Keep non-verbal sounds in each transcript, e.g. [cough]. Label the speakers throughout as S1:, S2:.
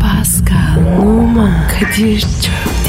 S1: Pascal, Oman, Kadir çok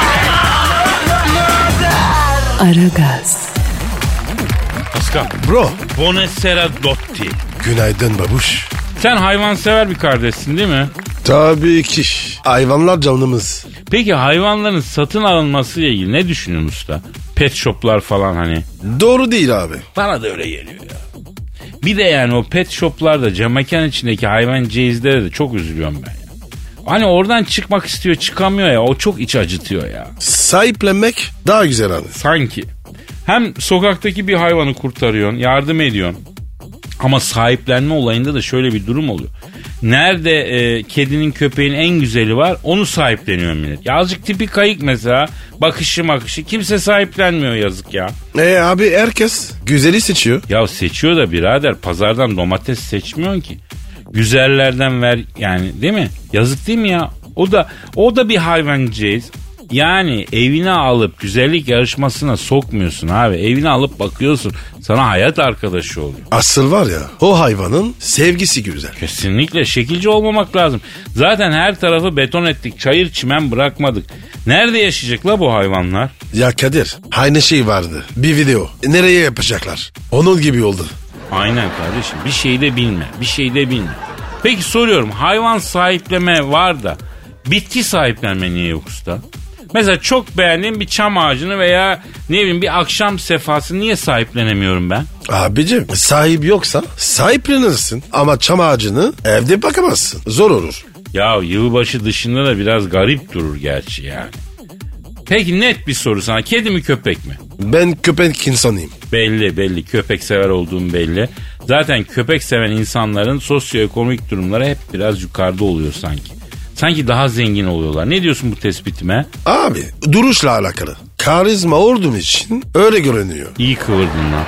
S1: Aragaz,
S2: Paskal.
S3: Bro.
S2: Bonessera Dotti.
S3: Günaydın babuş.
S2: Sen hayvansever bir kardeşsin değil mi?
S3: Tabii ki. Hayvanlar canımız.
S2: Peki hayvanların satın alınması ile ilgili ne düşünüyorsun usta? Pet shoplar falan hani.
S3: Doğru değil abi.
S2: Bana da öyle geliyor ya. Bir de yani o pet shoplarda cam mekan içindeki hayvan ceyizlere de çok üzülüyorum ben ya. Hani oradan çıkmak istiyor çıkamıyor ya o çok iç acıtıyor ya.
S3: Sahiplenmek daha güzel abi.
S2: Sanki. Hem sokaktaki bir hayvanı kurtarıyorsun, yardım ediyorsun. Ama sahiplenme olayında da şöyle bir durum oluyor. Nerede e, kedinin köpeğin en güzeli var onu sahipleniyor millet. Ya azıcık tipi kayık mesela bakışı makışı kimse sahiplenmiyor yazık ya.
S3: E abi herkes güzeli seçiyor.
S2: Ya seçiyor da birader pazardan domates seçmiyorsun ki. Güzellerden ver yani değil mi? Yazık değil mi ya? O da o da bir hayvancıyız. Yani evine alıp güzellik yarışmasına sokmuyorsun abi. Evine alıp bakıyorsun. Sana hayat arkadaşı oluyor.
S3: Asıl var ya o hayvanın sevgisi güzel.
S2: Kesinlikle şekilci olmamak lazım. Zaten her tarafı beton ettik. Çayır çimen bırakmadık. Nerede yaşayacak la bu hayvanlar?
S3: Ya Kadir aynı şey vardı. Bir video. Nereye yapacaklar? Onun gibi oldu.
S2: Aynen kardeşim bir şey de bilme bir şey de bilme. Peki soruyorum hayvan sahipleme var da bitki sahiplenme niye yok usta? Mesela çok beğendiğim bir çam ağacını veya ne bileyim bir akşam sefası niye sahiplenemiyorum ben?
S3: Abicim sahip yoksa sahiplenirsin ama çam ağacını evde bakamazsın. Zor olur.
S2: Ya yılbaşı dışında da biraz garip durur gerçi yani. Peki net bir soru sana kedi mi köpek mi?
S3: Ben köpek insanıyım.
S2: Belli belli köpek sever olduğum belli. Zaten köpek seven insanların sosyoekonomik durumları hep biraz yukarıda oluyor sanki. Sanki daha zengin oluyorlar. Ne diyorsun bu tespitime?
S3: Abi duruşla alakalı. Karizma ordum için öyle görünüyor.
S2: İyi kıvırdın lan.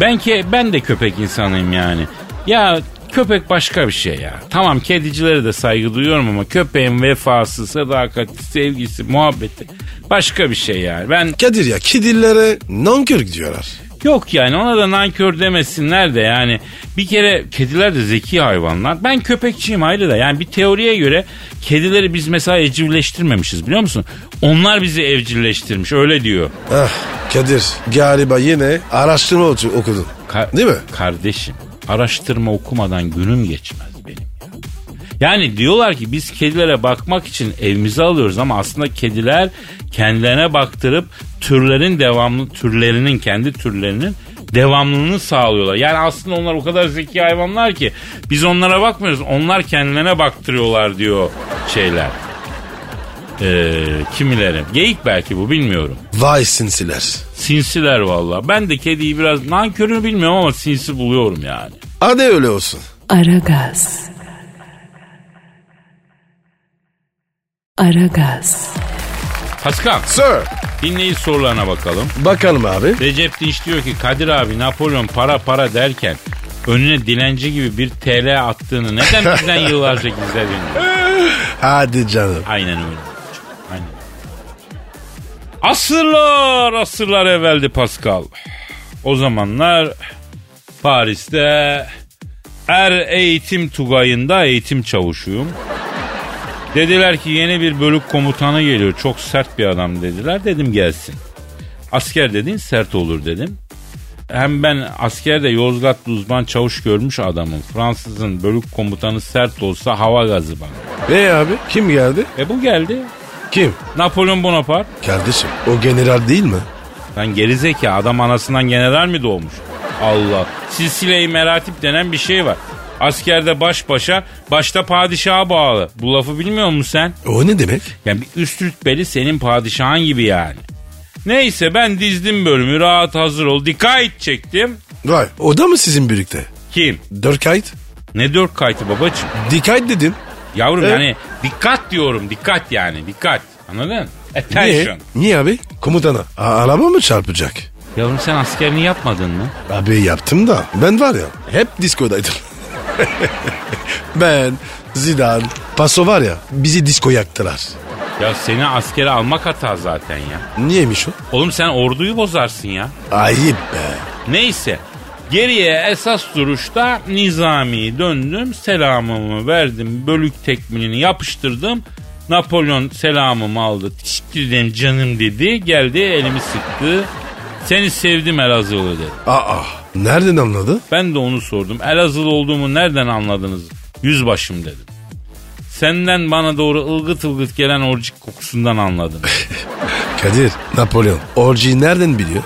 S2: Ben ki ben de köpek insanıyım yani. Ya köpek başka bir şey ya. Tamam kedicilere de saygı duyuyorum ama köpeğin vefası, sadakati, sevgisi, muhabbeti başka bir şey yani. Ben
S3: Kadir ya kedilere nankör diyorlar.
S2: Yok yani ona da nankör demesinler de yani. Bir kere kediler de zeki hayvanlar. Ben köpekçiyim ayrı da. Yani bir teoriye göre kedileri biz mesela evcilleştirmemişiz biliyor musun? Onlar bizi evcilleştirmiş öyle diyor.
S3: Ah Kadir galiba yine araştırma otu- okudun.
S2: Ka-
S3: Değil mi?
S2: Kardeşim araştırma okumadan günüm geçmez benim ya. Yani diyorlar ki biz kedilere bakmak için evimize alıyoruz ama aslında kediler kendilerine baktırıp türlerin devamlı türlerinin kendi türlerinin devamlılığını sağlıyorlar. Yani aslında onlar o kadar zeki hayvanlar ki biz onlara bakmıyoruz. Onlar kendilerine baktırıyorlar diyor şeyler. Ee, kimileri. Geyik belki bu bilmiyorum.
S3: Vay sinsiler.
S2: Sinsiler valla. Ben de kediyi biraz nankörünü bilmiyorum ama sinsi buluyorum yani.
S3: Hadi öyle olsun.
S1: Aragaz. Aragaz,
S2: Paskal
S3: Sir.
S2: dinleyici sorularına bakalım.
S3: Bakalım abi.
S2: Recep Dinç diyor ki Kadir abi Napolyon para para derken önüne dilenci gibi bir TL attığını neden bizden yıllarca gizledin?
S3: Hadi canım.
S2: Aynen öyle. Aynen. Asırlar asırlar evveldi Pascal. O zamanlar Paris'te er eğitim tugayında eğitim çavuşuyum. Dediler ki yeni bir bölük komutanı geliyor. Çok sert bir adam dediler. Dedim gelsin. Asker dediğin sert olur dedim. Hem ben askerde Yozgatlı uzman çavuş görmüş adamım. Fransızın bölük komutanı sert olsa hava gazı bana.
S3: E abi kim geldi?
S2: E bu geldi.
S3: Kim?
S2: Napolyon Bonaparte.
S3: Kardeşim o general değil mi?
S2: Lan gerizekalı adam anasından general mi doğmuş? Allah. Silsile-i meratip denen bir şey var. Askerde baş başa, başta padişaha bağlı. Bu lafı bilmiyor musun sen?
S3: O ne demek?
S2: Yani bir üst rütbeli senin padişahın gibi yani. Neyse ben dizdim bölümü rahat hazır ol. Dikkat çektim.
S3: Vay o da mı sizin birlikte?
S2: Kim?
S3: Dörkayt?
S2: Ne dört kaytı babacığım?
S3: Dikkat dedim.
S2: Yavrum
S3: Evet.
S2: yani Dikkat diyorum dikkat yani dikkat. Anladın? Attention.
S3: Niye? Niye abi? Komutana. A- araba mı çarpacak?
S2: Yavrum sen askerini yapmadın mı?
S3: Abi yaptım da ben var ya hep diskodaydım. [laughs] ben, Zidane, Paso var ya bizi disko yaktılar.
S2: Ya seni askere almak hata zaten ya.
S3: Niyemiş o?
S2: Oğlum sen orduyu bozarsın ya.
S3: Ayıp be.
S2: Neyse. Geriye esas duruşta nizami döndüm. Selamımı verdim. Bölük tekmilini yapıştırdım. Napolyon selamımı aldı. Teşekkür ederim canım dedi. Geldi elimi sıktı. Seni sevdim Elazığlı dedi.
S3: Aa, nereden anladı?
S2: Ben de onu sordum. Elazığlı olduğumu nereden anladınız? Yüzbaşım dedim. Senden bana doğru ılgıt ılgıt gelen orcik kokusundan anladım.
S3: Kadir, Napolyon. Orjiyi nereden biliyor?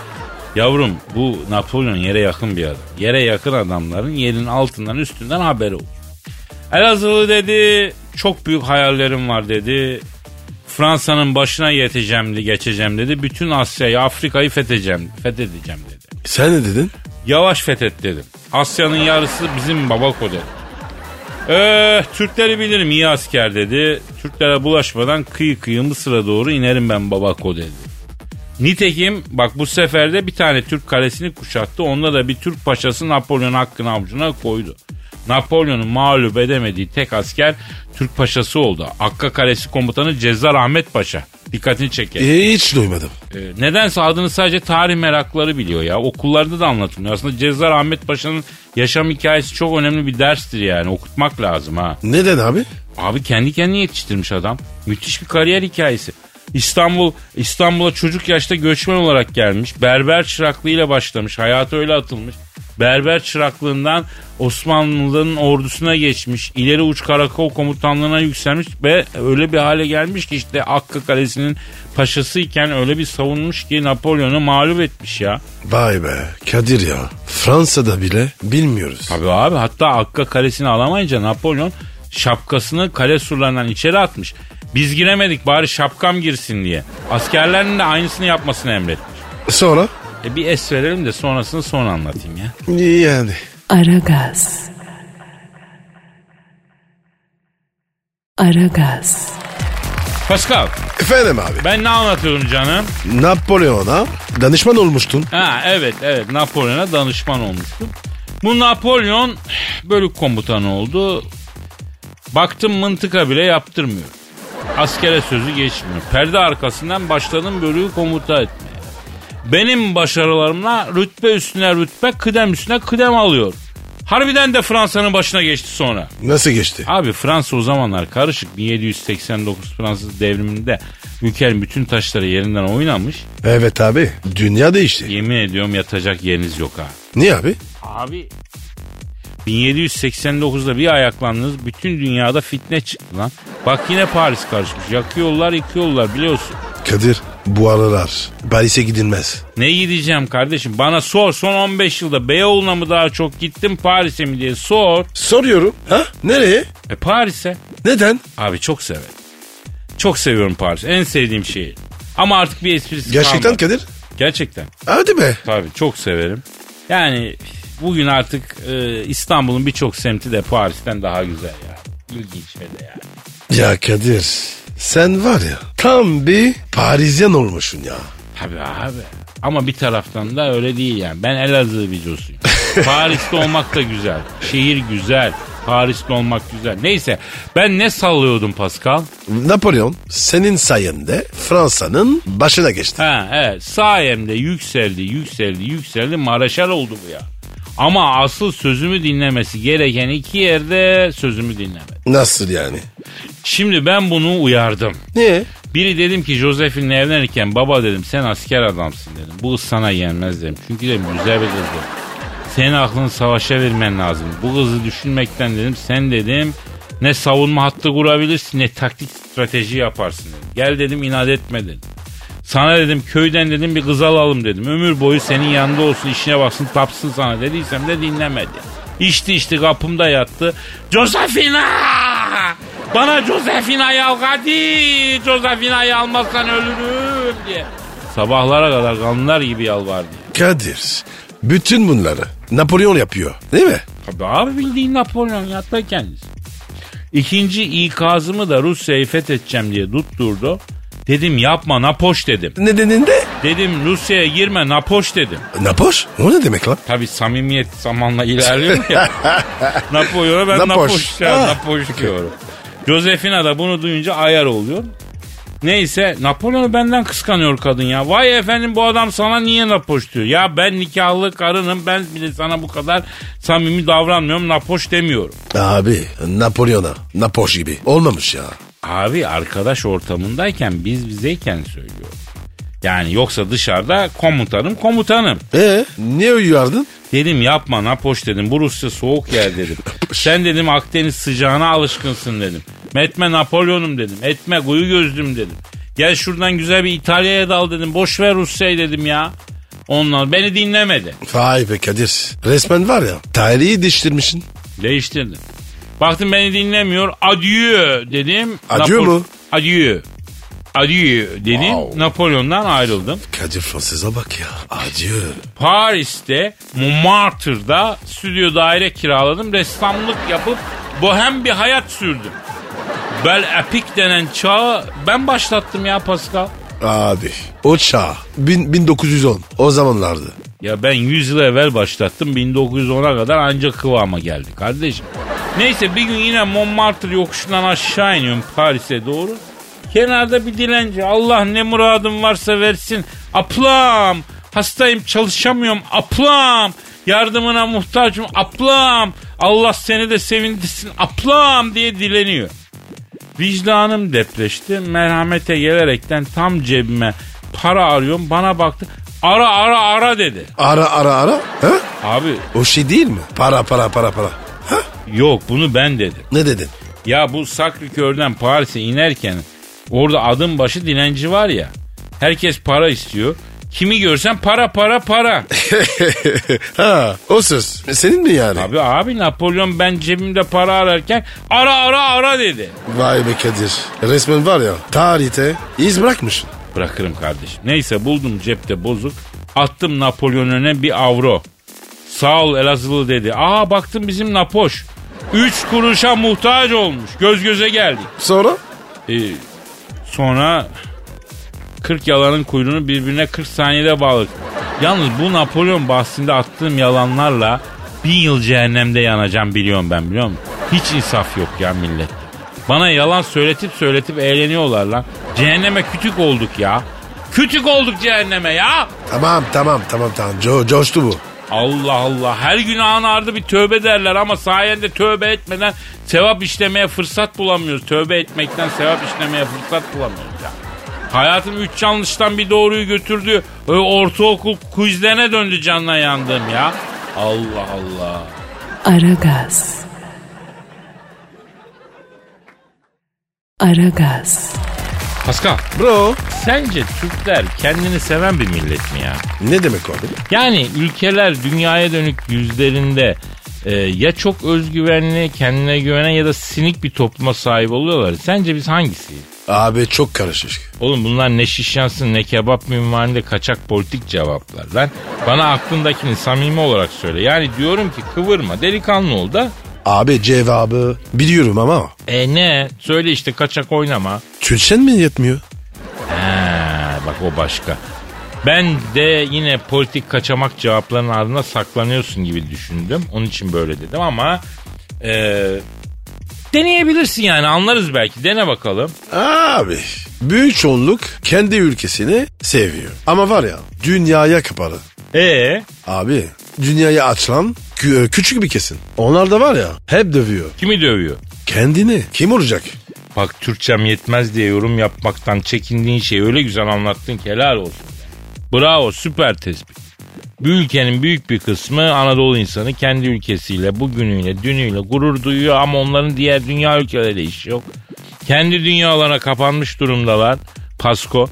S2: Yavrum bu Napolyon yere yakın bir adam. Yere yakın adamların yerin altından üstünden haberi olur. Elazığlı dedi çok büyük hayallerim var dedi. Fransa'nın başına yeteceğim, geçeceğim dedi. Bütün Asya'yı, Afrika'yı fethedeceğim, fethedeceğim dedi.
S3: Sen ne dedin?
S2: Yavaş fethet dedim. Asya'nın yarısı bizim babako dedim. Eh, Türkleri bilirim iyi asker dedi. Türklere bulaşmadan kıyı kıyı Mısır'a doğru inerim ben babako dedi. Nitekim bak bu sefer de bir tane Türk kalesini kuşattı. Onda da bir Türk paşası Napolyon hakkını avucuna koydu. Napolyon'u mağlup edemediği tek asker Türk paşası oldu. Akka kalesi komutanı Cezar Ahmet Paşa. Dikkatini çeker.
S3: E, hiç duymadım.
S2: Ee, Nedense adını sadece tarih merakları biliyor ya. Okullarda da anlatılıyor. Aslında Cezar Ahmet Paşa'nın yaşam hikayesi çok önemli bir derstir yani. Okutmak lazım ha.
S3: Neden abi?
S2: Abi kendi kendini yetiştirmiş adam. Müthiş bir kariyer hikayesi. İstanbul İstanbul'a çocuk yaşta göçmen olarak gelmiş. Berber çıraklığıyla başlamış. Hayatı öyle atılmış. Berber çıraklığından Osmanlı'nın ordusuna geçmiş. İleri uç karakol komutanlığına yükselmiş ve öyle bir hale gelmiş ki işte Akka Kalesi'nin paşası iken öyle bir savunmuş ki Napolyon'u mağlup etmiş ya.
S3: Vay be Kadir ya. Fransa'da bile bilmiyoruz.
S2: Tabii abi hatta Akka kalesini alamayınca Napolyon şapkasını kale surlarından içeri atmış. Biz giremedik bari şapkam girsin diye. Askerlerin de aynısını yapmasını emretmiş.
S3: Sonra?
S2: E bir es verelim de sonrasını sonra anlatayım ya.
S3: Yani.
S1: Aragaz. Aragaz.
S2: Pascal
S3: Efendim abi.
S2: ben ne anlatıyordum canım?
S3: Napolyon'a danışman olmuştun.
S2: Ha evet evet Napolyon'a danışman olmuştum. Bu Napolyon bölük komutanı oldu. Baktım mıntıka bile yaptırmıyor. Askere sözü geçmiyor. Perde arkasından başladım bölüğü komuta etmeye. Benim başarılarımla rütbe üstüne rütbe kıdem üstüne kıdem alıyor. Harbiden de Fransa'nın başına geçti sonra.
S3: Nasıl geçti?
S2: Abi Fransa o zamanlar karışık. 1789 Fransız devriminde ülkenin bütün taşları yerinden oynanmış.
S3: Evet abi. Dünya değişti.
S2: Yemin ediyorum yatacak yeriniz yok ha.
S3: Niye abi?
S2: Abi 1789'da bir ayaklandınız bütün dünyada fitne çıktı lan. Bak yine Paris karışmış. Yakıyorlar yıkıyorlar biliyorsun.
S3: Kadir bu aralar Paris'e gidilmez.
S2: Ne gideceğim kardeşim bana sor son 15 yılda Beyoğlu'na mı daha çok gittim Paris'e mi diye sor.
S3: Soruyorum. Ha? Nereye?
S2: E Paris'e.
S3: Neden?
S2: Abi çok severim. Çok seviyorum Paris. En sevdiğim şehir. Ama artık bir esprisi
S3: Gerçekten
S2: kalmadı.
S3: Kadir.
S2: Gerçekten.
S3: Hadi be.
S2: Tabii çok severim. Yani bugün artık e, İstanbul'un birçok semti de Paris'ten daha güzel ya. İlginç ve de yani.
S3: Ya Kadir sen var ya tam bir Parisyen olmuşsun ya.
S2: Tabii abi. Ama bir taraftan da öyle değil yani. Ben Elazığ videosuyum. Paris'te olmak da güzel. Şehir güzel. Paris'te olmak güzel. Neyse ben ne sallıyordum Pascal?
S3: Napolyon senin sayende Fransa'nın başına geçti.
S2: Ha evet sayemde yükseldi yükseldi yükseldi Maraşal oldu bu ya. Ama asıl sözümü dinlemesi gereken iki yerde sözümü dinlemedi.
S3: Nasıl yani?
S2: Şimdi ben bunu uyardım.
S3: Niye?
S2: Biri dedim ki Josephine'le evlenirken baba dedim sen asker adamsın dedim. Bu kız sana yenmez dedim. Çünkü dedim güzel bir kız dedim. Senin aklını savaşa vermen lazım. Bu kızı düşünmekten dedim sen dedim ne savunma hattı kurabilirsin ne taktik strateji yaparsın dedim. Gel dedim inat etme dedim. Sana dedim köyden dedim bir kız alalım dedim. Ömür boyu senin yanında olsun işine baksın tapsın sana dediysem de dinlemedi. İçti içti kapımda yattı. Josefina! Bana Josefina'yı al hadi! Josefina'yı almazsan ölürüm diye. Sabahlara kadar kanlar gibi yalvardı.
S3: Kadir bütün bunları Napolyon yapıyor değil mi?
S2: Tabii abi bildiğin Napolyon ya da kendisi. İkinci ikazımı da Rusya'yı fethedeceğim diye tutturdu. Dedim yapma napoş dedim.
S3: Nedeninde?
S2: Dedim Rusya'ya girme napoş dedim.
S3: Napoş? O ne demek [laughs] lan?
S2: Tabi samimiyet zamanla ilerliyor ya. Napolyon'a ben
S3: Napoş.
S2: Napoş, ya,
S3: Ha.
S2: Napoş diyorum. Josefina da bunu duyunca ayar oluyor. Neyse Napolyon'u benden kıskanıyor kadın ya. Vay efendim bu adam sana niye napoş diyor. Ya ben nikahlı karınım ben bile sana bu kadar samimi davranmıyorum napoş demiyorum.
S3: Abi Napolyon'a Napoş gibi olmamış ya.
S2: Abi arkadaş ortamındayken biz bizeyken söylüyor. Yani yoksa dışarıda komutanım komutanım.
S3: E niye uyuyardın?
S2: Dedim yapma Napoş dedim. Bu Rusya soğuk yer dedim. Sen dedim Akdeniz sıcağına alışkınsın dedim. Etme Napolyon'um dedim. Etme kuyu gözlüm dedim. Gel şuradan güzel bir İtalya'ya dal dedim. Boş ver Rusya'yı dedim ya. Onlar beni dinlemedi.
S3: Vay be Kadir. Resmen var ya tarihi değiştirmişsin.
S2: Değiştirdim. Baktım beni dinlemiyor. Adieu dedim.
S3: Adieu
S2: Napol-
S3: mu?
S2: Adieu. Adieu dedim. Napolyon'dan ayrıldım.
S3: Kadir Fransız'a bak ya. Acı.
S2: Paris'te Montmartre'da stüdyo daire kiraladım. Ressamlık yapıp bohem bir hayat sürdüm. Bel Epic denen çağı ben başlattım ya Pascal.
S3: Abi o çağ bin- 1910 o zamanlardı.
S2: Ya ben 100 yıl evvel başlattım. 1910'a kadar ancak kıvama geldi kardeşim. Neyse bir gün yine Montmartre yokuşundan aşağı iniyorum Paris'e doğru. Kenarda bir dilenci. Allah ne muradım varsa versin. Aplam. Hastayım çalışamıyorum. Aplam. Yardımına muhtacım. Aplam. Allah seni de sevindirsin. Aplam diye dileniyor. Vicdanım depreşti. Merhamete gelerekten tam cebime para arıyorum. Bana baktı. Ara ara ara dedi.
S3: Ara ara ara. Ha?
S2: Abi
S3: O şey değil mi? Para para para para. Ha?
S2: yok bunu ben dedim.
S3: Ne [laughs] dedin?
S2: Ya bu Sacré-Cœur'den Paris'e inerken orada adım başı dilenci var ya. Herkes para istiyor. Kimi görsen para para para.
S3: ha, o söz. Senin mi yani?
S2: abi abi Napolyon ben cebimde para ararken ara ara ara dedi.
S3: Vay be Kadir. Resmen var ya tarihte iz bırakmışsın.
S2: Bırakırım kardeşim. Neyse buldum cepte bozuk. Attım Napolyon önüne bir avro. Sağ ol Elazığlı dedi. Aa baktım bizim Napoş. Üç kuruşa muhtaç olmuş. Göz göze geldik.
S3: Sonra?
S2: Ee, sonra 40 yalanın kuyruğunu birbirine 40 saniyede bağladık. Yalnız bu Napolyon bahsinde attığım yalanlarla bin yıl cehennemde yanacağım biliyorum ben biliyor musun? Hiç insaf yok ya millet. Bana yalan söyletip söyletip eğleniyorlar lan. Cehenneme kütük olduk ya. Kütük olduk cehenneme ya.
S3: Tamam tamam tamam tamam. Co coştu bu.
S2: Allah Allah her günahın ardı bir tövbe derler ama sayende tövbe etmeden sevap işlemeye fırsat bulamıyoruz. Tövbe etmekten sevap işlemeye fırsat bulamıyoruz ya. Hayatım üç yanlıştan bir doğruyu götürdü. Ö, Ortaokul quizlerine döndü canına yandım ya. Allah Allah.
S1: Aragaz. Aragaz.
S2: Pascal
S3: Bro.
S2: sence Türkler kendini seven bir millet mi ya?
S3: Ne demek o abi?
S2: Yani ülkeler dünyaya dönük yüzlerinde e, ya çok özgüvenli, kendine güvenen ya da sinik bir topluma sahip oluyorlar. Sence biz hangisiyiz?
S3: Abi çok karışık.
S2: Oğlum bunlar ne şiş yansın ne kebap minvalinde kaçak politik cevaplar. Lan bana aklındakini samimi olarak söyle. Yani diyorum ki kıvırma delikanlı ol da.
S3: Abi cevabı biliyorum ama
S2: E ne? Söyle işte kaçak oynama.
S3: Türkçen mi yetmiyor?
S2: Ha, Ee, bak o başka. Ben de yine politik kaçamak cevapların ardına saklanıyorsun gibi düşündüm. Onun için böyle dedim ama e, deneyebilirsin yani anlarız belki. Dene bakalım.
S3: Abi büyük çoğunluk kendi ülkesini seviyor. Ama var ya dünyaya kapalı.
S2: E
S3: Abi dünyaya açılan kü- küçük bir kesin. Onlar da var ya hep dövüyor.
S2: kimi dövüyor?
S3: Kendini kim vuracak?
S2: Bak Türkçem yetmez diye yorum yapmaktan çekindiğin şeyi öyle güzel anlattın ki helal olsun. Bravo süper tespit. Bu ülkenin büyük bir kısmı Anadolu insanı kendi ülkesiyle, bugünüyle, dünüyle gurur duyuyor ama onların diğer dünya ülkeleriyle işi yok. Kendi dünyalarına kapanmış durumdalar. Pasko.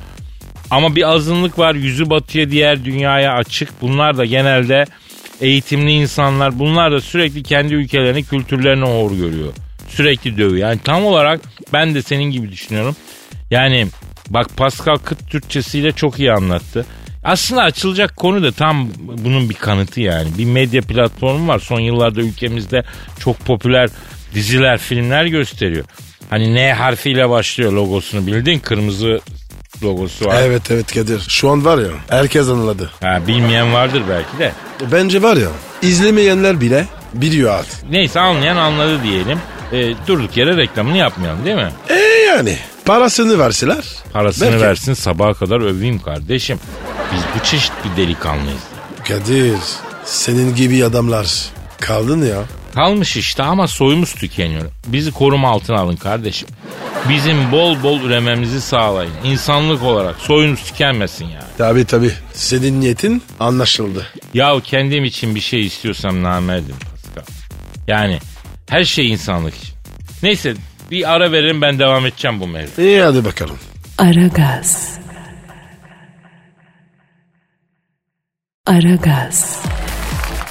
S2: Ama bir azınlık var yüzü batıya diğer dünyaya açık. Bunlar da genelde eğitimli insanlar. Bunlar da sürekli kendi ülkelerini kültürlerini hor görüyor. Sürekli dövüyor. Yani tam olarak ben de senin gibi düşünüyorum. Yani bak Pascal Kıt Türkçesiyle çok iyi anlattı. Aslında açılacak konu da tam bunun bir kanıtı yani. Bir medya platformu var. Son yıllarda ülkemizde çok popüler diziler, filmler gösteriyor. Hani N harfiyle başlıyor logosunu bildin. Kırmızı logosu var.
S3: Evet evet Kadir. Şu an var ya herkes anladı.
S2: Ha, bilmeyen vardır belki de.
S3: Bence var ya izlemeyenler bile biliyor artık.
S2: Neyse anlayan anladı diyelim. E, durduk yere reklamını yapmayalım değil mi?
S3: E yani parasını verseler.
S2: Parasını
S3: Belki-
S2: versin sabaha kadar öveyim kardeşim. Biz bu çeşit bir delikanlıyız.
S3: Kadir senin gibi adamlar kaldın ya.
S2: Kalmış işte ama soyumuz tükeniyor. Bizi koruma altına alın kardeşim. Bizim bol bol ürememizi sağlayın. İnsanlık olarak soyumuz tükenmesin yani.
S3: Tabi tabi senin niyetin anlaşıldı.
S2: Ya kendim için bir şey istiyorsam namerdim Pascal. Yani her şey insanlık için. Neyse bir ara verin ben devam edeceğim bu mevzu.
S3: İyi hadi bakalım.
S1: Aragaz. Aragaz.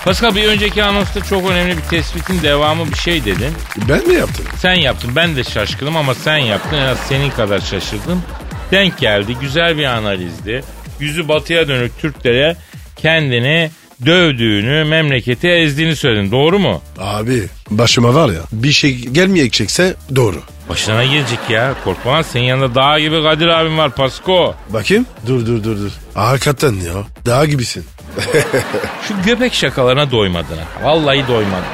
S2: Pascal bir önceki anonsta çok önemli bir tespitin devamı bir şey dedin.
S3: Ben mi yaptım?
S2: Sen yaptın ben de şaşkınım ama sen yaptın en az senin kadar şaşırdım. Denk geldi güzel bir analizdi. Yüzü batıya dönük Türklere kendini dövdüğünü, memleketi ezdiğini söyledin. Doğru mu?
S3: Abi başıma var ya bir şey gelmeyecekse doğru.
S2: Başına gelecek ya. Korkma lan, senin yanında dağ gibi Kadir abim var Pasko.
S3: Bakayım. Dur dur dur dur. Hakikaten ya. Daha gibisin.
S2: Şu göbek şakalarına doymadın ha. Vallahi doymadın.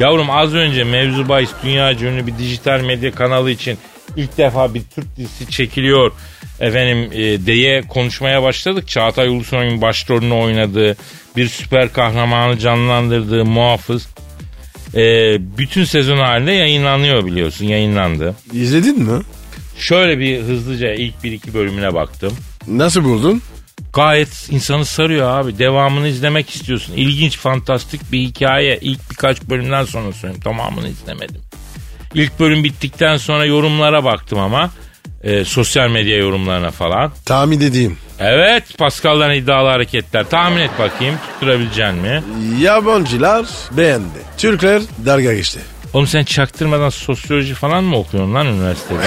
S2: Yavrum az önce mevzu bahis dünya ünlü bir dijital medya kanalı için ilk defa bir Türk dizisi çekiliyor. Efendim e, diye konuşmaya başladık. Çağatay Ulusoy'un başrolünü oynadığı, bir süper kahramanı canlandırdığı muhafız. e, bütün sezon halinde yayınlanıyor biliyorsun. Yayınlandı.
S3: İzledin mi?
S2: Şöyle bir hızlıca ilk bir iki bölümüne baktım.
S3: Nasıl buldun?
S2: Gayet insanı sarıyor abi. Devamını izlemek istiyorsun. İlginç, fantastik bir hikaye. İlk birkaç bölümden sonra söyleyeyim. Tamamını izlemedim. İlk bölüm bittikten sonra yorumlara baktım ama. e, sosyal medya yorumlarına falan.
S3: Tahmin edeyim.
S2: Evet Pascal'dan iddialı hareketler. Tahmin et bakayım tutturabilecek mi?
S3: Yabancılar beğendi. Türkler dalga geçti.
S2: Oğlum sen çaktırmadan sosyoloji falan mı okuyorsun lan üniversitede?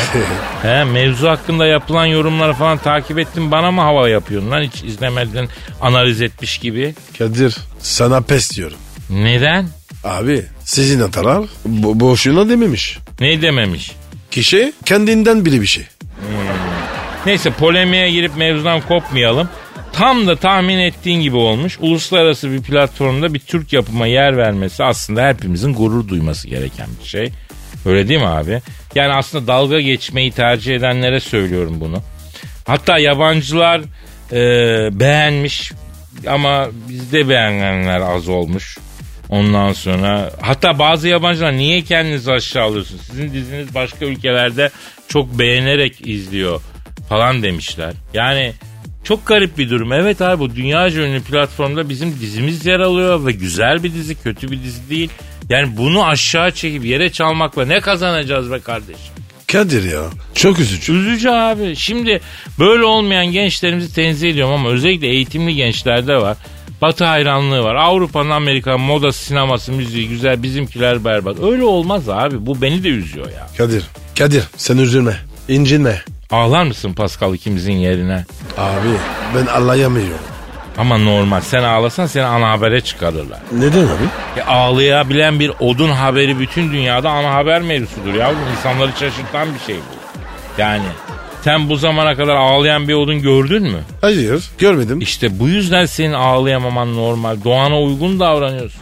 S2: He, mevzu hakkında yapılan yorumları falan takip ettin bana mı hava yapıyorsun lan hiç izlemedin analiz etmiş gibi?
S3: Kadir sana pes diyorum.
S2: Neden?
S3: Abi sizin hatalar bo- boşuna dememiş.
S2: Ne dememiş?
S3: Kişi kendinden biri bir şey.
S2: Neyse polemiğe girip mevzudan kopmayalım. Tam da tahmin ettiğin gibi olmuş. Uluslararası bir platformda bir Türk yapıma yer vermesi aslında hepimizin gurur duyması gereken bir şey. Öyle değil mi abi? Yani aslında dalga geçmeyi tercih edenlere söylüyorum bunu. Hatta yabancılar e, beğenmiş ama bizde beğenenler az olmuş. Ondan sonra hatta bazı yabancılar niye kendinizi aşağılıyorsunuz? Sizin diziniz başka ülkelerde çok beğenerek izliyor falan demişler. Yani çok garip bir durum. Evet abi bu dünya ünlü platformda bizim dizimiz yer alıyor ve güzel bir dizi, kötü bir dizi değil. Yani bunu aşağı çekip yere çalmakla ne kazanacağız be kardeşim?
S3: Kadir ya çok üzücü.
S2: Üzücü abi. Şimdi böyle olmayan gençlerimizi tenzih ediyorum ama özellikle eğitimli gençlerde var. Batı hayranlığı var. Avrupa'nın Amerika modası, sineması, müziği güzel. Bizimkiler berbat. Öyle olmaz abi. Bu beni de üzüyor ya.
S3: Kadir, Kadir sen üzülme, incinme.
S2: Ağlar mısın Pascal ikimizin yerine?
S3: Abi ben anlayamıyorum.
S2: Ama normal. Sen ağlasan seni ana habere çıkarırlar.
S3: Neden abi?
S2: E, ağlayabilen bir odun haberi bütün dünyada ana haber mevzusudur ya. İnsanları şaşırtan bir şey bu. Yani sen bu zamana kadar ağlayan bir odun gördün mü?
S3: Hayır görmedim.
S2: İşte bu yüzden senin ağlayamaman normal. Doğana uygun davranıyorsun.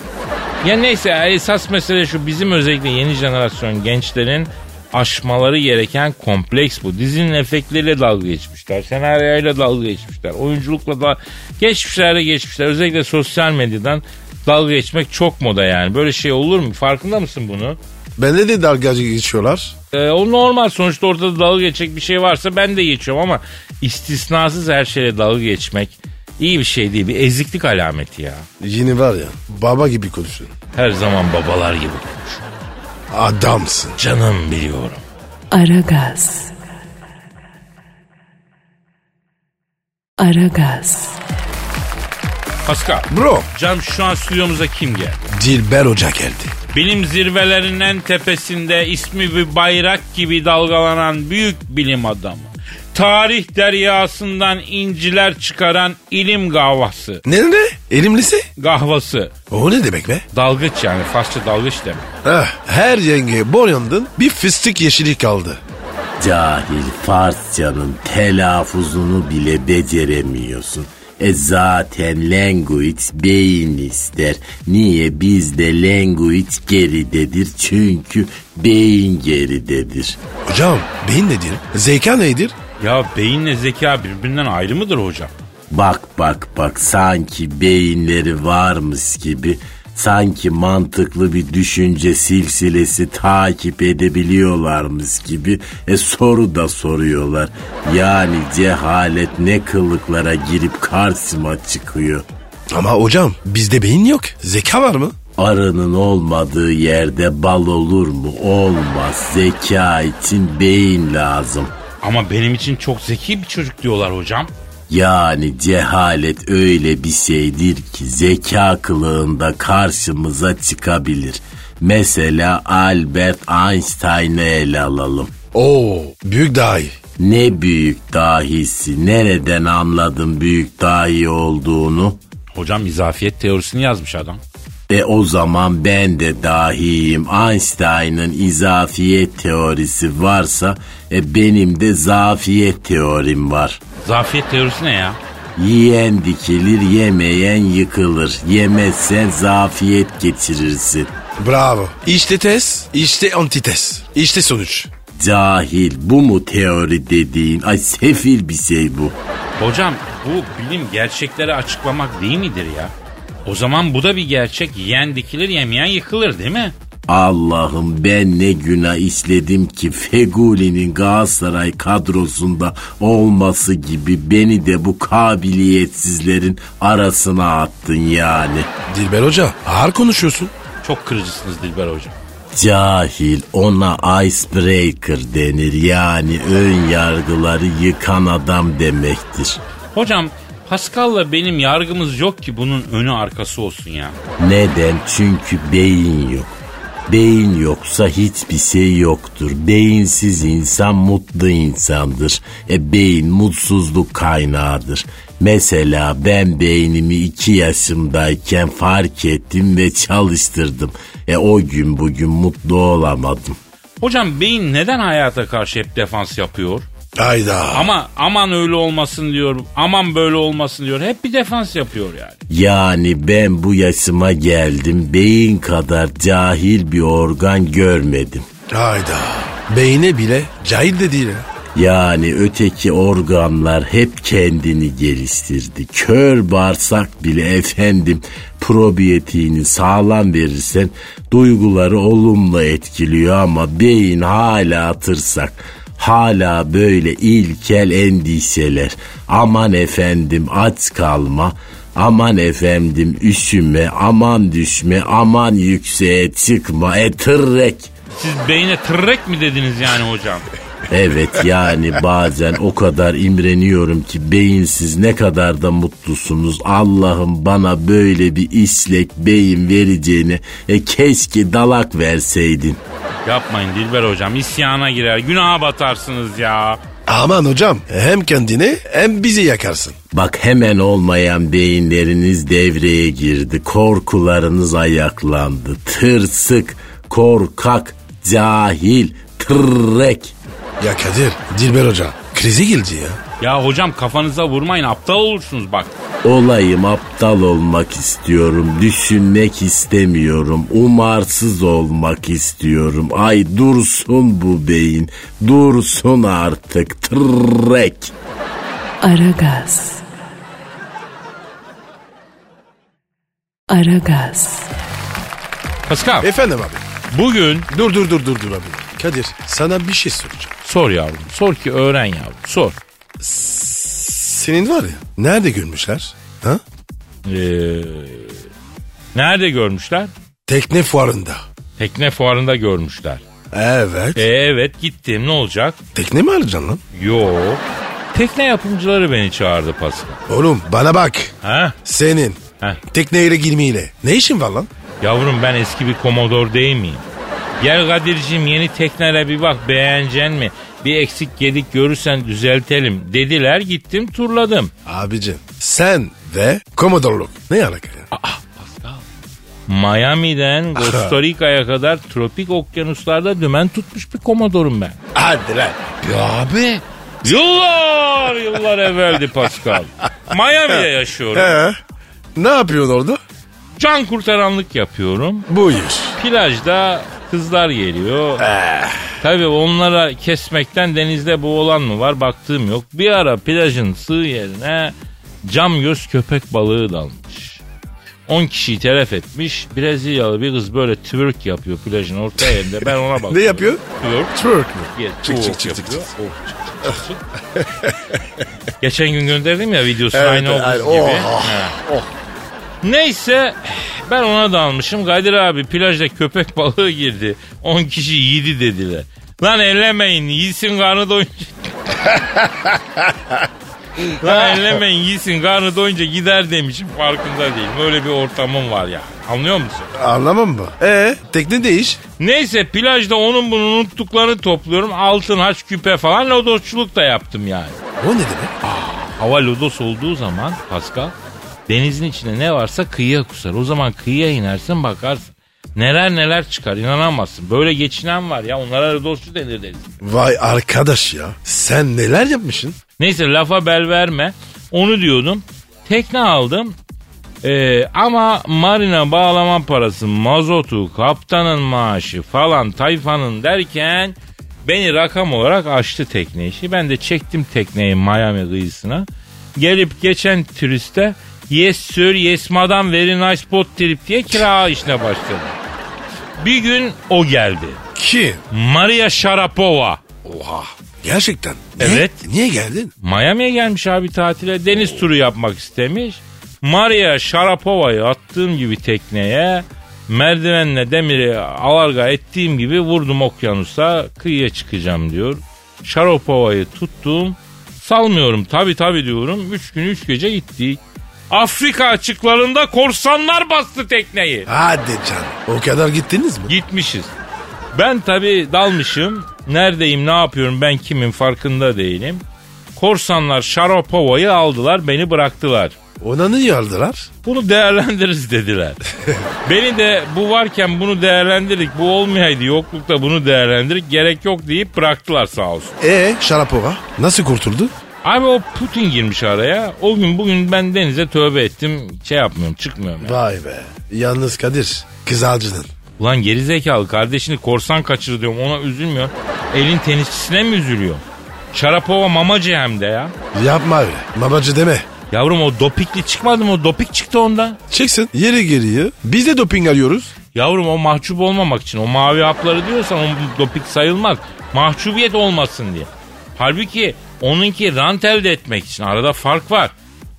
S2: Ya neyse esas mesele şu bizim özellikle yeni jenerasyon gençlerin aşmaları gereken kompleks bu. Dizinin efektleriyle dalga geçmişler. Senaryoyla dalga geçmişler. Oyunculukla da geçmişlerle geçmişler. Özellikle sosyal medyadan dalga geçmek çok moda yani. Böyle şey olur mu? Farkında mısın bunu?
S3: Bende de dalga geçiyorlar.
S2: Ee, o normal sonuçta ortada dalga geçecek bir şey varsa ben de geçiyorum ama istisnasız her şeyle dalga geçmek iyi bir şey değil. Bir eziklik alameti ya.
S3: Yine var ya baba gibi konuşun.
S2: Her zaman babalar gibi konuş.
S3: Adamsın.
S2: Canım biliyorum.
S1: Aragaz. Aragaz.
S2: Pascal.
S3: Bro
S2: Can şu an stüdyomuza kim geldi?
S3: Dilber Hoca geldi.
S2: Bilim zirvelerinin en tepesinde ismi bir bayrak gibi dalgalanan büyük bilim adamı. Tarih deryasından inciler çıkaran ilim gavası.
S3: Ne ne ne? Elimlisi?
S2: Gahvası.
S3: O ne demek be?
S2: Dalgıç yani Farsça dalgıç demek.
S3: Heh, her yengeye bol yandın bir fıstık yeşili kaldı.
S4: Cahil Farsçanın telaffuzunu bile beceremiyorsun. E zaten language beyin ister. Niye bizde language geridedir? Çünkü beyin geridedir.
S3: Hocam beyin nedir? Zeka nedir?
S2: Ya beyinle zeka birbirinden ayrı mıdır hocam?
S4: Bak bak bak sanki beyinleri varmış gibi sanki mantıklı bir düşünce silsilesi takip edebiliyorlarmış gibi e, soru da soruyorlar. Yani cehalet ne kılıklara girip karşıma çıkıyor.
S3: Ama hocam bizde beyin yok. Zeka var mı?
S4: Arının olmadığı yerde bal olur mu? Olmaz. Zeka için beyin lazım.
S2: Ama benim için çok zeki bir çocuk diyorlar hocam.
S4: Yani cehalet öyle bir şeydir ki zeka kılığında karşımıza çıkabilir. Mesela Albert Einstein'ı ele alalım.
S3: Oo büyük dahi.
S4: Ne büyük dahisi, nereden anladın büyük dahi olduğunu?
S2: Hocam izafiyet teorisini yazmış adam.
S4: E o zaman ben de dahiyim. Einstein'ın izafiyet teorisi varsa e benim de zafiyet teorim var.
S2: Zafiyet teorisi ne ya?
S4: Yiyen dikilir, yemeyen yıkılır. Yemezsen zafiyet geçirirsin.
S3: Bravo. İşte test, işte antites. İşte sonuç.
S4: Cahil bu mu teori dediğin? Ay sefil bir şey bu.
S2: Hocam bu bilim gerçekleri açıklamak değil midir ya? O zaman bu da bir gerçek. Yiyen dikilir yemeyen yıkılır değil mi?
S4: Allah'ım ben ne günah işledim ki Feguli'nin Galatasaray kadrosunda olması gibi beni de bu kabiliyetsizlerin arasına attın yani.
S3: Dilber Hoca ağır konuşuyorsun.
S2: Çok kırıcısınız Dilber hocam.
S4: Cahil ona icebreaker denir yani ön yargıları yıkan adam demektir.
S2: Hocam Pascal'la benim yargımız yok ki bunun önü arkası olsun ya.
S4: Neden? Çünkü beyin yok. Beyin yoksa hiçbir şey yoktur. Beyinsiz insan mutlu insandır. E beyin mutsuzluk kaynağıdır. Mesela ben beynimi iki yaşımdayken fark ettim ve çalıştırdım. E o gün bugün mutlu olamadım.
S2: Hocam beyin neden hayata karşı hep defans yapıyor?
S3: Hayda.
S2: Ama aman öyle olmasın diyor, aman böyle olmasın diyor. Hep bir defans yapıyor yani.
S4: Yani ben bu yaşıma geldim beyin kadar cahil bir organ görmedim.
S3: Hayda. Beyne bile cahil de değil ya.
S4: Yani öteki organlar hep kendini geliştirdi. Kör bağırsak bile efendim probiyetini sağlam verirsen duyguları olumlu etkiliyor ama beyin hala atırsak. Hala böyle ilkel endişeler. Aman efendim aç kalma. Aman efendim üşüme, aman düşme, aman yükseğe çıkma, e tırrek.
S2: Siz beyine tırrek mi dediniz yani hocam?
S4: Evet yani bazen o kadar imreniyorum ki beyinsiz ne kadar da mutlusunuz. Allah'ım bana böyle bir islek beyin vereceğini e, keşke dalak verseydin.
S2: Yapmayın Dilber hocam isyana girer günaha batarsınız ya.
S3: Aman hocam hem kendini hem bizi yakarsın.
S4: Bak hemen olmayan beyinleriniz devreye girdi. Korkularınız ayaklandı. Tırsık, korkak, cahil, tırrek.
S3: Ya Kadir, Dilber Hoca krize girdi ya.
S2: Ya hocam kafanıza vurmayın aptal olursunuz bak.
S4: Olayım aptal olmak istiyorum, düşünmek istemiyorum, umarsız olmak istiyorum. Ay dursun bu beyin, dursun artık tırrek.
S1: Aragaz. Aragaz.
S2: Pascal
S3: Efendim abi.
S2: bugün
S3: Dur dur dur dur dur abi. Kadir sana bir şey soracağım.
S2: sor yavrum sor ki öğren yavrum sor.
S3: Senin var ya nerede görmüşler? Ha?
S2: Ee, nerede görmüşler?
S3: Tekne fuarında.
S2: Tekne fuarında görmüşler.
S3: Evet.
S2: E, evet gittim ne olacak?
S3: Tekne mi alacaksın lan?
S2: Yo. Tekne yapımcıları beni çağırdı Pascal.
S3: Oğlum bana bak.
S2: Ha?
S3: Senin
S2: Ha.
S3: tekneyle girmeyle ne işin var lan?
S2: Yavrum ben eski bir komodor değil miyim? Gel Kadir'cim yeni teknelere bir bak beğenecek mi? Bir eksik gedik görürsen düzeltelim dediler gittim turladım.
S3: Abicim sen ve komodorluk ne alaka ya?
S2: Miami'den Costa Rica'ya kadar tropik okyanuslarda dümen tutmuş bir komodorum ben.
S3: Hadi lan. Ya abi.
S2: Yıllar yıllar evveldi Pascal. Miami'de yaşıyorum.
S3: He. E? Ne yapıyorsun orada?
S2: Can kurtaranlık yapıyorum.
S3: Buyur.
S2: Plajda kızlar geliyor.
S3: Eh.
S2: Tabii onlara kesmekten denizde boğulan mı var baktığım yok. Bir ara plajın sığ yerine cam göz köpek balığı dalmış. 10 kişiyi telef etmiş. Brezilyalı bir kız böyle twerk yapıyor plajın orta yerinde. Ben
S3: [laughs]
S2: ona bakıyorum.
S3: Ne yapıyor?
S2: Twerk.
S3: Twerk mi?
S2: Yeah,
S3: Çık, çık,
S2: twerk
S3: çık,
S2: yapıyor. Oh, çık, çık, çık, çık. Geçen gün gönderdim ya videosunu
S3: Evet,
S2: aynı
S3: evet,
S2: olduğu
S3: oh,
S2: gibi. Ha. Neyse ben ona dalmışım. Kadir abi plajda köpek balığı girdi. 10 kişi yedi dediler. Lan ellemeyin yiyin
S3: [laughs]
S2: karnı doyunca. Lan ellemeyin yiyin karnı doyunca gider demişim farkında değilim. Böyle bir ortamım var ya. Anlıyor musun?
S3: Anlamam mı? Ee, tekne değiş.
S2: Neyse plajda onun bunu unuttuklarını topluyorum. Altın, haç, küpe falan lodosçuluk da yaptım yani.
S3: O ne demek?
S2: Hava lodos olduğu zaman Pascal denizin içinde ne varsa kıyıya kusar. O zaman kıyıya inersin bakarsın. Neler neler çıkar inanamazsın. Böyle geçinen var ya onlara lodosçu denir deniz.
S3: Vay arkadaş ya. Sen neler yapmışsın?
S2: Neyse lafa bel verme. Onu diyordum. Tekne aldım. Ee, ama marina bağlama parası, mazotu, kaptanın maaşı falan tayfanın derken beni rakam olarak açtı tekne işi. Ben de çektim tekneyi Miami kıyısına. Gelip geçen turiste yes sir yes madam very nice boat trip diye kira işine başladı. Bir gün o geldi.
S3: Kim?
S2: Maria Sharapova.
S3: Oha. Gerçekten.
S2: Evet.
S3: Niye, niye geldin?
S2: Miami'ye gelmiş abi tatile. Deniz turu yapmak istemiş. Maria Sharapova'yı attığım gibi tekneye merdivenle demiri alarga ettiğim gibi vurdum okyanusa kıyıya çıkacağım diyor. Sharapova'yı tuttum. Salmıyorum tabi tabi diyorum. Üç gün üç gece gittik. Afrika açıklarında korsanlar bastı tekneyi.
S3: Hadi can. O kadar gittiniz mi?
S2: Gitmişiz. Ben tabi dalmışım. Neredeyim, ne yapıyorum, ben kimin farkında değilim. Korsanlar Şarapova'yı aldılar, beni bıraktılar.
S3: Ona niye aldılar?
S2: Bunu değerlendiririz dediler. beni de bu varken bunu değerlendirdik, bu olmayaydı yoklukta bunu değerlendirdik, gerek yok deyip bıraktılar sağ olsun.
S3: Ee Şarapova nasıl kurtuldu?
S2: Abi o Putin girmiş araya. O gün bugün ben denize tövbe ettim. Şey yapmıyorum, çıkmıyorum. yani.
S3: Vay be. Yalnız Kadir kızalcının.
S2: Ulan gerizekalı kardeşini korsan kaçırdı diyorum ona üzülmüyor. Elin tenisçisine mi üzülüyor? Şarapova mamacı hem de ya.
S3: Yapma abi. Babacı deme.
S2: Yavrum o dopikli çıkmadı mı? O dopik çıktı onda.
S3: Çıksın yeri geriye. Biz de doping alıyoruz.
S2: Yavrum o mahcup olmamak için. O mavi hapları diyorsan o dopik sayılmaz. Mahcubiyet olmasın diye. Halbuki onunki rant elde etmek için. Arada fark var.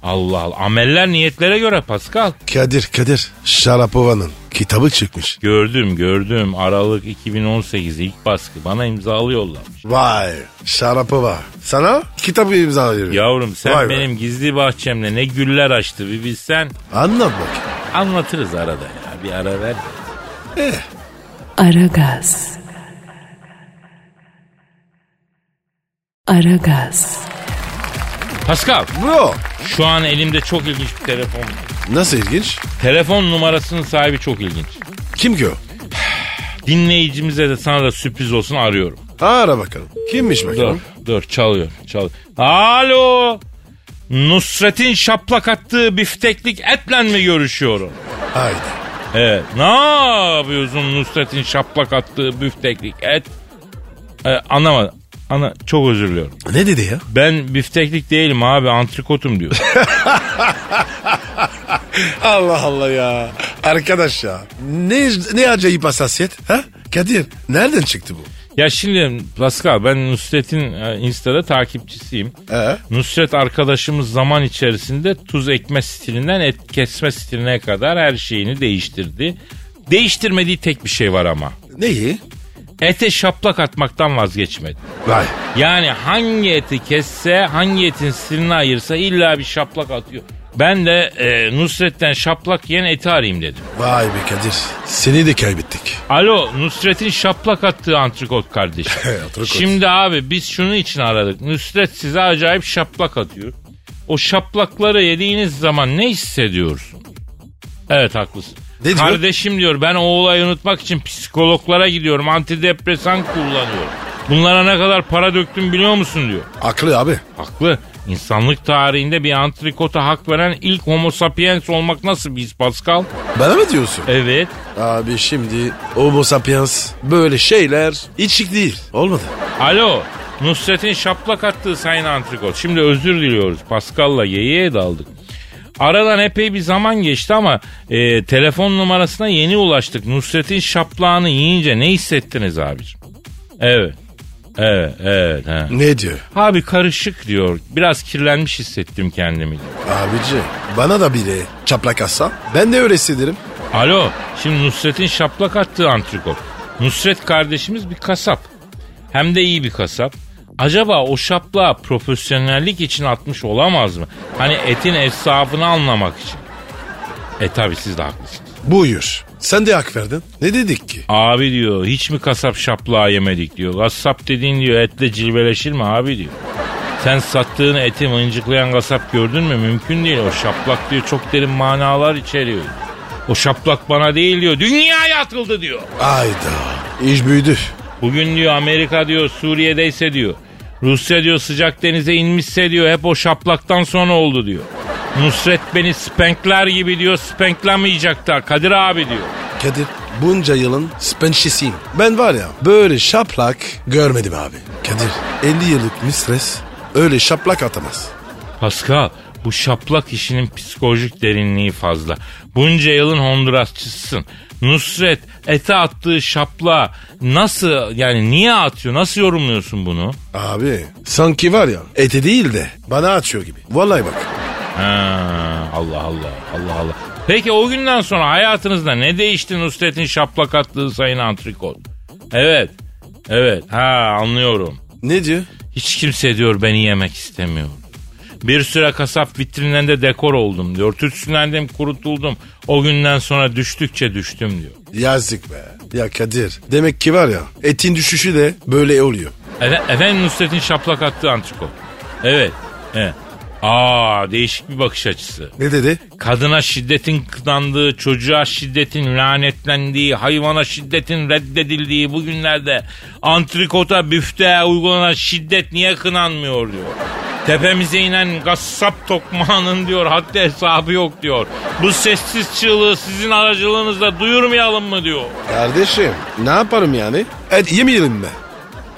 S2: Allah Allah. Ameller niyetlere göre Pascal.
S3: Kadir Kadir Şarapova'nın kitabı çıkmış.
S2: Gördüm gördüm. Aralık 2018 ilk baskı. Bana imzalı yollamış.
S3: Vay Şarapova. Sana kitabı imzalıyor.
S2: Yavrum sen
S3: Vay be.
S2: benim gizli bahçemde ne güller açtı bir bilsen.
S3: Anlat bak.
S2: Anlatırız arada ya. Bir ara ver.
S1: Aragaz. Aragaz.
S2: Pascal
S3: Bro.
S2: şu an elimde çok ilginç bir telefon var.
S3: Nasıl ilginç?
S2: Telefon numarasının sahibi çok ilginç.
S3: Kim ki o?
S2: Dinleyicimize de sana da sürpriz olsun arıyorum.
S3: Ara bakalım. Kimmiş
S2: Dur
S3: bakalım?
S2: dur çalıyor çalıyor. Alo. Nusret'in şaplak attığı bifteklik etle mi görüşüyorum?
S3: Haydi.
S2: Evet. Ne yapıyorsun Nusret'in şaplak attığı büfteklik et? Ee, anlamadım. Ana çok özür diliyorum.
S3: Ne dedi ya?
S2: Ben bifteklik değilim abi antrikotum diyor.
S3: [laughs] Allah Allah ya. Arkadaş ya. Ne, ne acayip hassasiyet. Ha? Kadir nereden çıktı bu?
S2: ya şimdi Pascal ben Nusret'in e, Insta'da takipçisiyim.
S3: Ee?
S2: Nusret arkadaşımız zaman içerisinde tuz ekme stilinden et kesme stiline kadar her şeyini değiştirdi. Değiştirmediği tek bir şey var ama.
S3: Neyi?
S2: Ete şaplak atmaktan vazgeçmedi.
S3: Vay.
S2: Yani hangi eti kesse, hangi etin stilini ayırsa illa bir şaplak atıyor. Ben de e, Nusret'ten şaplak yiyen eti arayayım dedim.
S3: Vay be Kadir. Seni de kaybettik.
S2: Alo Nusret'in şaplak attığı
S3: [laughs]
S2: antrikot kardeşim.
S3: Antrikot.
S2: Şimdi abi biz şunun için aradık. Nusret size acayip şaplak atıyor. O şaplakları yediğiniz zaman ne hissediyorsun? Evet haklısın.
S3: Ne diyor?
S2: Kardeşim diyor ben o olayı unutmak için psikologlara gidiyorum. Antidepresan kullanıyorum. Bunlara ne kadar para döktüm biliyor musun diyor.
S3: Aklı abi.
S2: Haklı. İnsanlık tarihinde bir antrikota hak veren ilk homo sapiens olmak nasıl biz Pascal?
S3: Bana mı diyorsun?
S2: Evet.
S3: Abi şimdi homo sapiens böyle şeyler içik değil. Olmadı.
S2: Alo. Nusret'in şaplak attığı sayın antrikot. Şimdi özür diliyoruz. Pascal'la yeğeye daldık. Aradan epey bir zaman geçti ama e, telefon numarasına yeni ulaştık. Nusret'in şaplağını yiyince ne hissettiniz abicim? Evet. Evet, evet. He.
S3: Ne diyor?
S2: Abi karışık diyor. Biraz kirlenmiş hissettim kendimi. diyor.
S3: Abici bana da biri çaplak atsa ben de öyle hissederim.
S2: Alo, şimdi Nusret'in şaplak attığı antrikot. Nusret kardeşimiz bir kasap. Hem de iyi bir kasap. Acaba o şapla profesyonellik için atmış olamaz mı? Hani etin esrafını anlamak için. E tabi siz de haklısınız.
S3: Buyur. Sen de hak verdin. Ne dedik ki?
S2: Abi diyor hiç mi kasap şapla yemedik diyor. Kasap dediğin diyor etle cilveleşir mi abi diyor. Sen sattığın eti mıncıklayan kasap gördün mü? Mümkün değil. O şaplak diyor çok derin manalar içeriyor. O şaplak bana değil diyor. Dünyaya atıldı diyor.
S3: Ayda. İş büyüdü.
S2: Bugün diyor Amerika diyor Suriye'deyse diyor. Rusya diyor sıcak denize inmişse diyor hep o şaplaktan sonra oldu diyor. Nusret beni spenkler gibi diyor spenklemeyecek da Kadir abi diyor.
S3: Kadir bunca yılın spençisiyim. Ben var ya böyle şaplak görmedim abi. Kadir 50 yıllık mistres öyle şaplak atamaz.
S2: Pascal bu şaplak işinin psikolojik derinliği fazla. Bunca yılın Hondurasçısısın. Nusret ete attığı şapla nasıl yani niye atıyor nasıl yorumluyorsun bunu?
S3: Abi sanki var ya eti değil de bana açıyor gibi. Vallahi bak.
S2: Ha, Allah Allah Allah Allah. Peki o günden sonra hayatınızda ne değişti Nusret'in şaplak attığı sayın antrikot? Evet. Evet. Ha anlıyorum.
S3: Ne diyor?
S2: Hiç kimse diyor beni yemek istemiyor. Bir süre kasap vitrinlerinde dekor oldum diyor. Tütsülendim, kurutuldum. O günden sonra düştükçe düştüm diyor.
S3: Yazık be. Ya Kadir demek ki var ya etin düşüşü de böyle oluyor.
S2: Efe- efendim Nusret'in şaplak attığı antrikot. Evet. evet. Aa değişik bir bakış açısı.
S3: Ne dedi?
S2: Kadına şiddetin kınandığı, çocuğa şiddetin lanetlendiği, hayvana şiddetin reddedildiği bu günlerde antrikota, büfte uygulanan şiddet niye kınanmıyor diyor. Tepemize inen gassap tokmağının diyor haddi hesabı yok diyor. Bu sessiz çığlığı sizin aracılığınızla duyurmayalım mı diyor.
S3: Kardeşim ne yaparım yani? Et yemeyelim mi?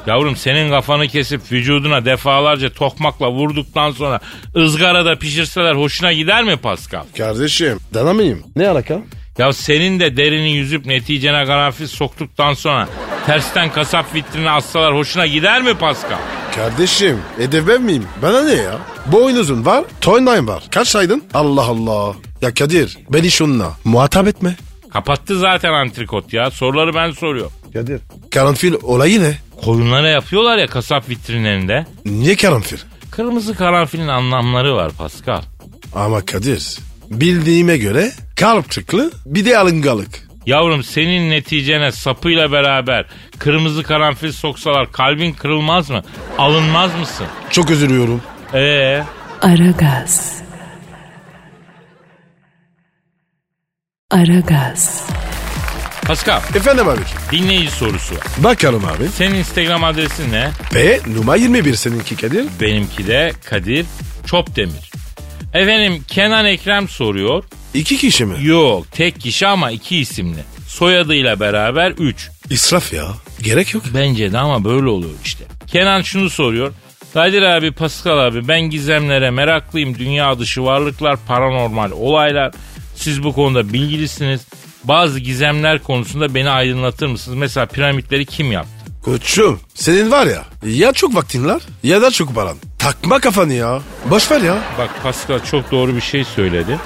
S2: Yavrum senin kafanı kesip vücuduna defalarca tokmakla vurduktan sonra ızgarada pişirseler hoşuna gider mi Pascal?
S3: Kardeşim dana mıyım? Ne alaka?
S2: Ya senin de derini yüzüp neticene karanfil soktuktan sonra tersten kasap vitrini assalar hoşuna gider mi Pascal?
S3: Kardeşim hedef ben miyim? Bana ne ya? Boynuzun var, toynayın var. Kaç saydın? Allah Allah. Ya Kadir beni şunla muhatap etme.
S2: Kapattı zaten antrikot ya. Soruları ben soruyorum.
S3: Kadir. Karanfil olayı ne?
S2: Koyunlara yapıyorlar ya kasap vitrinlerinde.
S3: Niye karanfil?
S2: Kırmızı karanfilin anlamları var Pascal.
S3: Ama Kadir bildiğime göre karpçıklı bir de alıngalık.
S2: Yavrum senin neticene sapıyla beraber kırmızı karanfil soksalar kalbin kırılmaz mı? Alınmaz mısın?
S3: Çok üzülüyorum.
S2: Ee.
S1: Aragaz. Aragaz.
S2: Pascal
S3: Efendim abi
S2: dinleyici sorusu. var.
S3: bakalım abi.
S2: Senin Instagram adresin ne?
S3: Ve numara 21 seninki Kadir.
S2: Benimki de Kadir Çopdemir. Efendim Kenan Ekrem soruyor.
S3: İki kişi mi?
S2: Yok tek kişi ama iki isimli. Soyadıyla beraber üç.
S3: İsraf ya. Gerek yok.
S2: Bence de ama böyle oluyor işte. Kenan şunu soruyor. Kadir abi, Pascal abi ben gizemlere meraklıyım. Dünya dışı varlıklar, paranormal olaylar. Siz bu konuda bilgilisiniz. Bazı gizemler konusunda beni aydınlatır mısınız? Mesela piramitleri kim yaptı?
S3: Koçum senin var ya ya çok vaktin var ya da çok paran. Takma kafanı ya. Boş ver ya.
S2: Bak Pascal çok doğru bir şey söyledi.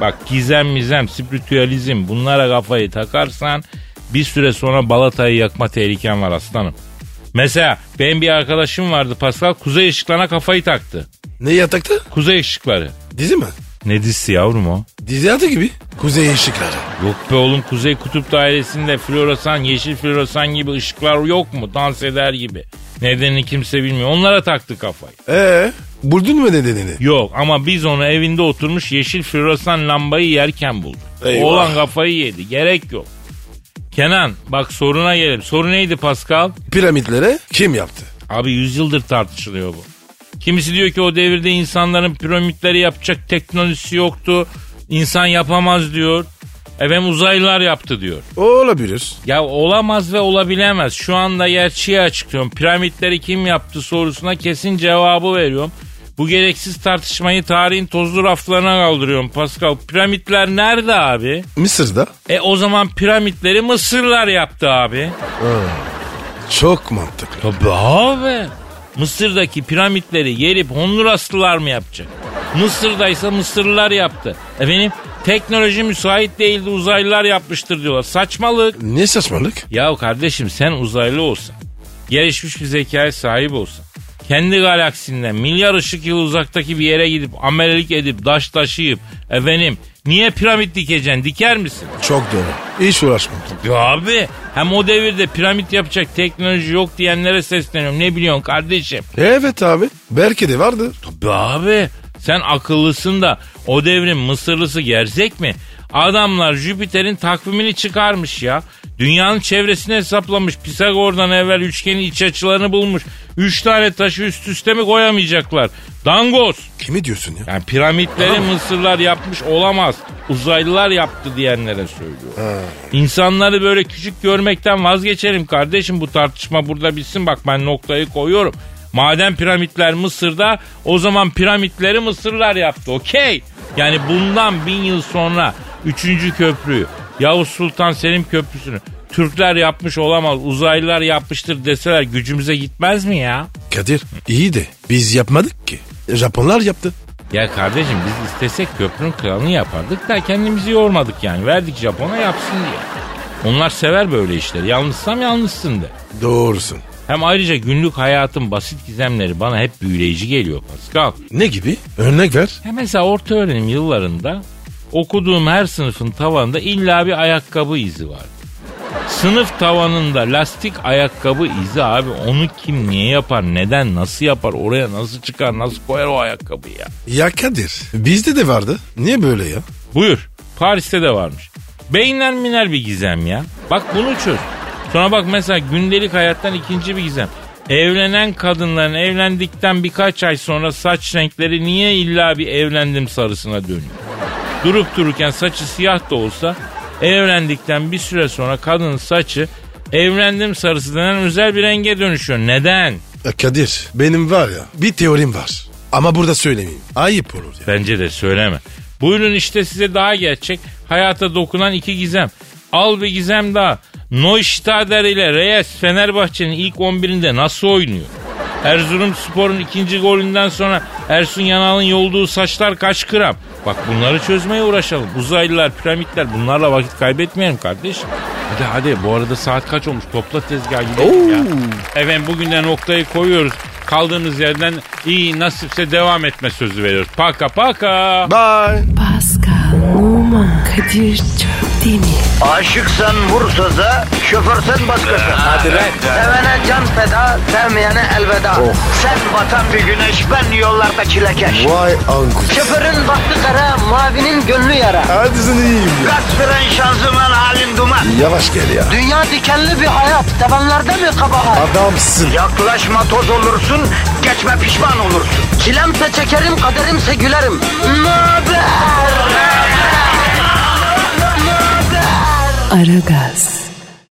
S2: Bak gizem mizem, spiritüalizm bunlara kafayı takarsan bir süre sonra balatayı yakma tehliken var aslanım. Mesela benim bir arkadaşım vardı Pascal kuzey ışıklarına kafayı taktı.
S3: Ne yatakta?
S2: Kuzey ışıkları.
S3: Dizi mi?
S5: Ne dizisi yavrum o?
S3: Dizi adı gibi. Kuzey ışıkları.
S2: Yok be oğlum Kuzey Kutup Dairesi'nde floresan, yeşil floresan gibi ışıklar yok mu? Dans eder gibi. Nedenini kimse bilmiyor. Onlara taktı kafayı.
S3: Ee, buldun mu nedenini?
S2: Yok ama biz onu evinde oturmuş yeşil floresan lambayı yerken bulduk.
S3: Eyvah.
S2: Oğlan kafayı yedi. Gerek yok. Kenan bak soruna gelelim. Soru neydi Pascal?
S3: Piramitlere kim yaptı?
S2: Abi yüzyıldır tartışılıyor bu. Kimisi diyor ki o devirde insanların piramitleri yapacak teknolojisi yoktu. İnsan yapamaz diyor. Efendim uzaylılar yaptı diyor.
S3: O olabilir.
S2: Ya olamaz ve olabilemez. Şu anda gerçeği açıklıyorum. Piramitleri kim yaptı sorusuna kesin cevabı veriyorum. Bu gereksiz tartışmayı tarihin tozlu raflarına kaldırıyorum Pascal. Piramitler nerede abi?
S3: Mısır'da
S2: E o zaman piramitleri Mısırlar yaptı abi.
S3: çok mantıklı.
S2: Tabii abi. Mısır'daki piramitleri yerip Honduraslılar mı yapacak? Mısır'daysa Mısırlılar yaptı. Efendim teknoloji müsait değildi uzaylılar yapmıştır diyorlar. Saçmalık.
S3: Ne saçmalık?
S2: Ya kardeşim sen uzaylı olsan, gelişmiş bir zekaya sahip olsan, kendi galaksinden milyar ışık yılı uzaktaki bir yere gidip amelelik edip daş taşıyıp efendim niye piramit dikeceksin diker misin?
S3: Çok doğru. Hiç uğraşmam.
S2: Ya abi hem o devirde piramit yapacak teknoloji yok diyenlere sesleniyorum ne biliyorsun kardeşim?
S3: Evet abi. Belki de vardır.
S2: Be abi sen akıllısın da o devrin Mısırlısı gerzek mi? Adamlar Jüpiter'in takvimini çıkarmış ya. Dünyanın çevresini hesaplamış. Pisagor'dan evvel üçgenin iç açılarını bulmuş. Üç tane taşı üst üste mi koyamayacaklar? Dangoz.
S3: Kimi diyorsun ya?
S2: Yani piramitleri Mısırlar yapmış olamaz. Uzaylılar yaptı diyenlere söylüyor. İnsanları böyle küçük görmekten vazgeçelim kardeşim. Bu tartışma burada bitsin. Bak ben noktayı koyuyorum. Madem piramitler Mısır'da o zaman piramitleri Mısırlar yaptı. Okey. Yani bundan bin yıl sonra 3. köprüyü Yavuz Sultan Selim Köprüsü'nü Türkler yapmış olamaz uzaylılar yapmıştır deseler gücümüze gitmez mi ya?
S3: Kadir iyi de biz yapmadık ki. Japonlar yaptı.
S2: Ya kardeşim biz istesek köprünün kralını yapardık da kendimizi yormadık yani. Verdik Japon'a yapsın diye. Onlar sever böyle işleri. Yanlışsam yanlışsın de.
S3: Doğrusun.
S2: Hem ayrıca günlük hayatın basit gizemleri bana hep büyüleyici geliyor Pascal.
S3: Ne gibi? Örnek ver.
S2: Ya mesela orta öğrenim yıllarında okuduğum her sınıfın tavanında illa bir ayakkabı izi vardı. Sınıf tavanında lastik ayakkabı izi abi onu kim niye yapar neden nasıl yapar oraya nasıl çıkar nasıl koyar o ayakkabıyı ya.
S3: Ya Kadir bizde de vardı. Niye böyle ya?
S2: Buyur. Paris'te de varmış. Beyinler miner bir gizem ya. Bak bunu çöz. Sonra bak mesela gündelik hayattan ikinci bir gizem. Evlenen kadınların evlendikten birkaç ay sonra saç renkleri niye illa bir evlendim sarısına dönüyor? Durup dururken saçı siyah da olsa evlendikten bir süre sonra kadının saçı evlendim sarısı denen özel bir renge dönüşüyor. Neden?
S3: Ya Kadir benim var ya bir teorim var. Ama burada söylemeyeyim. Ayıp olur ya.
S2: Bence de söyleme. Buyurun işte size daha gerçek. Hayata dokunan iki gizem. Al bir gizem daha. Neustadter ile Reyes Fenerbahçe'nin ilk 11'inde nasıl oynuyor? Erzurum Spor'un ikinci golünden sonra Ersun Yanal'ın yolduğu saçlar kaç gram? Bak bunları çözmeye uğraşalım. Uzaylılar, piramitler bunlarla vakit kaybetmeyelim kardeşim. Hadi hadi bu arada saat kaç olmuş? Topla tezgahı gidelim ya. Efendim bugün de noktayı koyuyoruz. Kaldığımız yerden iyi nasipse devam etme sözü veriyoruz. Paka paka.
S3: Bye.
S1: Pascal, Oman, Kadir çok değil mi?
S6: Aşıksan vursa da, şoförsen başkasın. Hadi Sevene can feda, sevmeyene elveda.
S3: Oh.
S6: Sen batan bir güneş, ben yollarda çilekeş.
S3: Vay anku.
S6: Şoförün baktı kara, mavinin gönlü yara.
S3: Hadi sen iyiyim ya.
S6: Kasperen şanzıman halin duman.
S3: Yavaş gel ya.
S6: Dünya dikenli bir hayat, sevenlerde mi kabahar?
S3: Adamsın.
S6: Yaklaşma toz olursun, geçme pişman olursun. Çilemse çekerim, kaderimse gülerim. Möber!
S1: Aragaz.